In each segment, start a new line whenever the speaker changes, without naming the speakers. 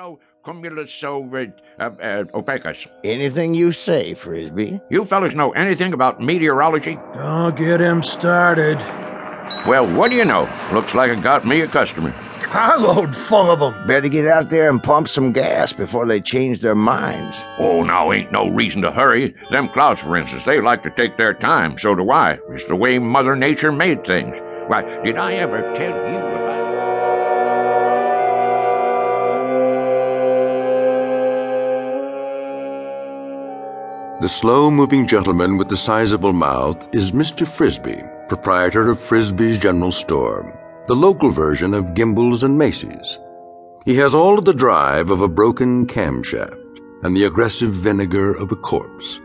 Stratocumulus uh, uh, opacus.
Anything you say, Frisbee.
You fellas know anything about meteorology?
Don't get him started.
Well, what do you know? Looks like it got me a customer.
Carload full of 'em.
Better get out there and pump some gas before they change their minds.
Oh, now ain't no reason to hurry. Them clouds, for instance, they like to take their time, so do I. It's the way Mother Nature made things. Why, did I ever tell you about
The slow moving gentleman with the sizable mouth is Mr. Frisbee, proprietor of Frisbee's General Store, the local version of Gimbel's and Macy's. He has all of the drive of a broken camshaft and the aggressive vinegar of a corpse.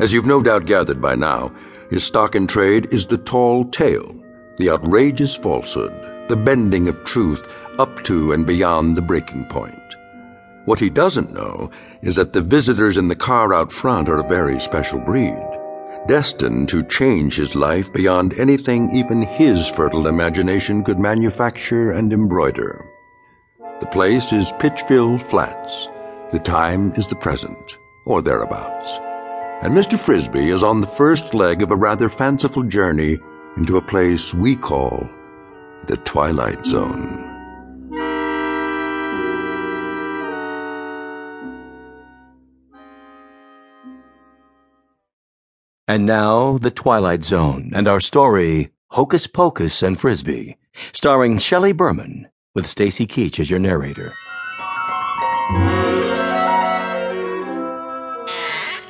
As you've no doubt gathered by now, his stock in trade is the tall tale, the outrageous falsehood, the bending of truth up to and beyond the breaking point. What he doesn't know is that the visitors in the car out front are a very special breed, destined to change his life beyond anything even his fertile imagination could manufacture and embroider. The place is Pitchfield Flats. The time is the present, or thereabouts. And Mr. Frisbee is on the first leg of a rather fanciful journey into a place we call the Twilight Zone.
And now, The Twilight Zone and our story, Hocus Pocus and Frisbee, starring Shelley Berman, with Stacy Keach as your narrator.
it?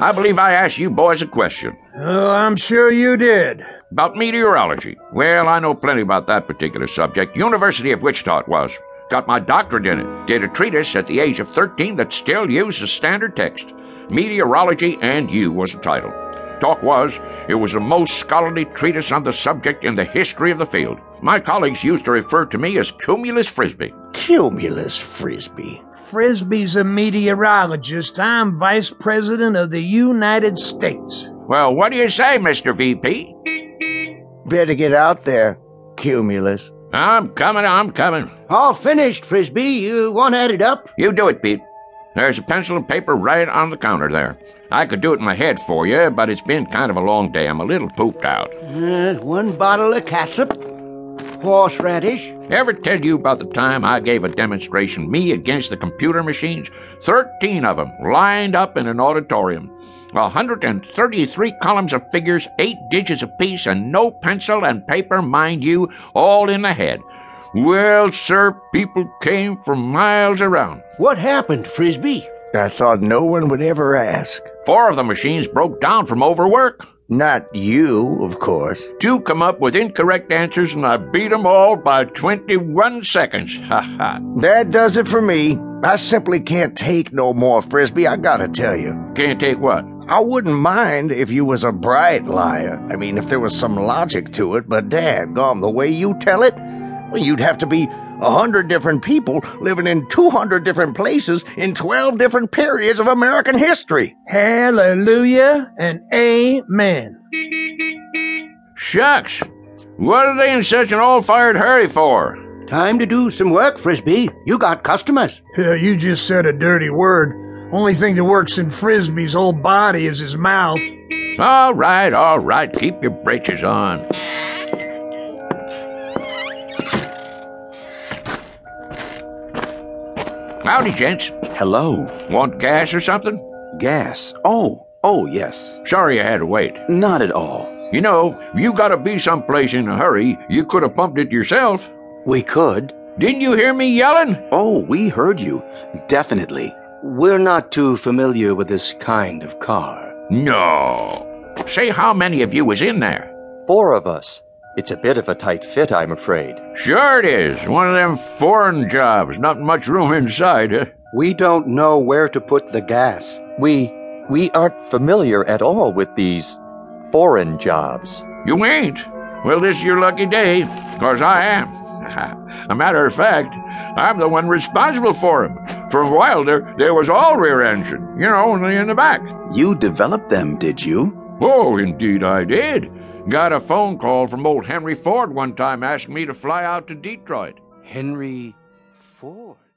I believe I asked you boys a question.
Oh, I'm sure you did.
About meteorology. Well, I know plenty about that particular subject. University of Wichita it was. Got my doctorate in it. Did a treatise at the age of 13 that's still used as standard text. Meteorology and You was the title. Talk was, it was the most scholarly treatise on the subject in the history of the field. My colleagues used to refer to me as Cumulus Frisbee.
Cumulus Frisbee.
Frisbee's a meteorologist. I'm vice president of the United States.
Well, what do you say, Mr. VP?
Better get out there, Cumulus.
I'm coming, I'm coming.
All finished, Frisbee. You want added up?
You do it, Pete. There's a pencil and paper right on the counter there. I could do it in my head for you, but it's been kind of a long day. I'm a little pooped out.
Uh, one bottle of catsup, horseradish.
Ever tell you about the time I gave a demonstration, me against the computer machines? Thirteen of 'em lined up in an auditorium. 133 columns of figures, eight digits apiece, and no pencil and paper, mind you, all in the head. Well, sir, people came from miles around.
What happened, Frisbee? I thought no one would ever ask.
Four of the machines broke down from overwork.
Not you, of course.
Two come up with incorrect answers, and I beat 'em all by 21 seconds. Ha ha.
That does it for me. I simply can't take no more, Frisbee. I gotta tell you.
Can't take what?
I wouldn't mind if you was a bright liar. I mean, if there was some logic to it, but dadgum, the way you tell it, well, you'd have to be a hundred different people living in two hundred different places in twelve different periods of American history.
Hallelujah and amen.
Shucks. What are they in such an all fired hurry for?
Time to do some work, Frisbee. You got customers.
Yeah, you just said a dirty word. Only thing that works in Frisbee's whole body is his mouth.
All right, all right. Keep your breeches on. Howdy, gents.
Hello.
Want gas or something?
Gas. Oh, oh, yes.
Sorry you had to wait.
Not at all.
You know, if you gotta be someplace in a hurry, you could have pumped it yourself.
We could.
Didn't you hear me yelling?
Oh, we heard you. Definitely. We're not too familiar with this kind of car.
No. Say how many of you was in there?
Four of us. It's a bit of a tight fit, I'm afraid.
Sure it is. One of them foreign jobs. Not much room inside. Huh?
We don't know where to put the gas. We we aren't familiar at all with these foreign jobs.
You ain't. Well, this is your lucky day, 'cause I am. A matter of fact, I'm the one responsible for 'em. For a while there, there was all rear engine, you know, in the back.
You developed them, did you?
Oh, indeed I did. Got a phone call from old Henry Ford one time asking me to fly out to Detroit.
Henry Ford.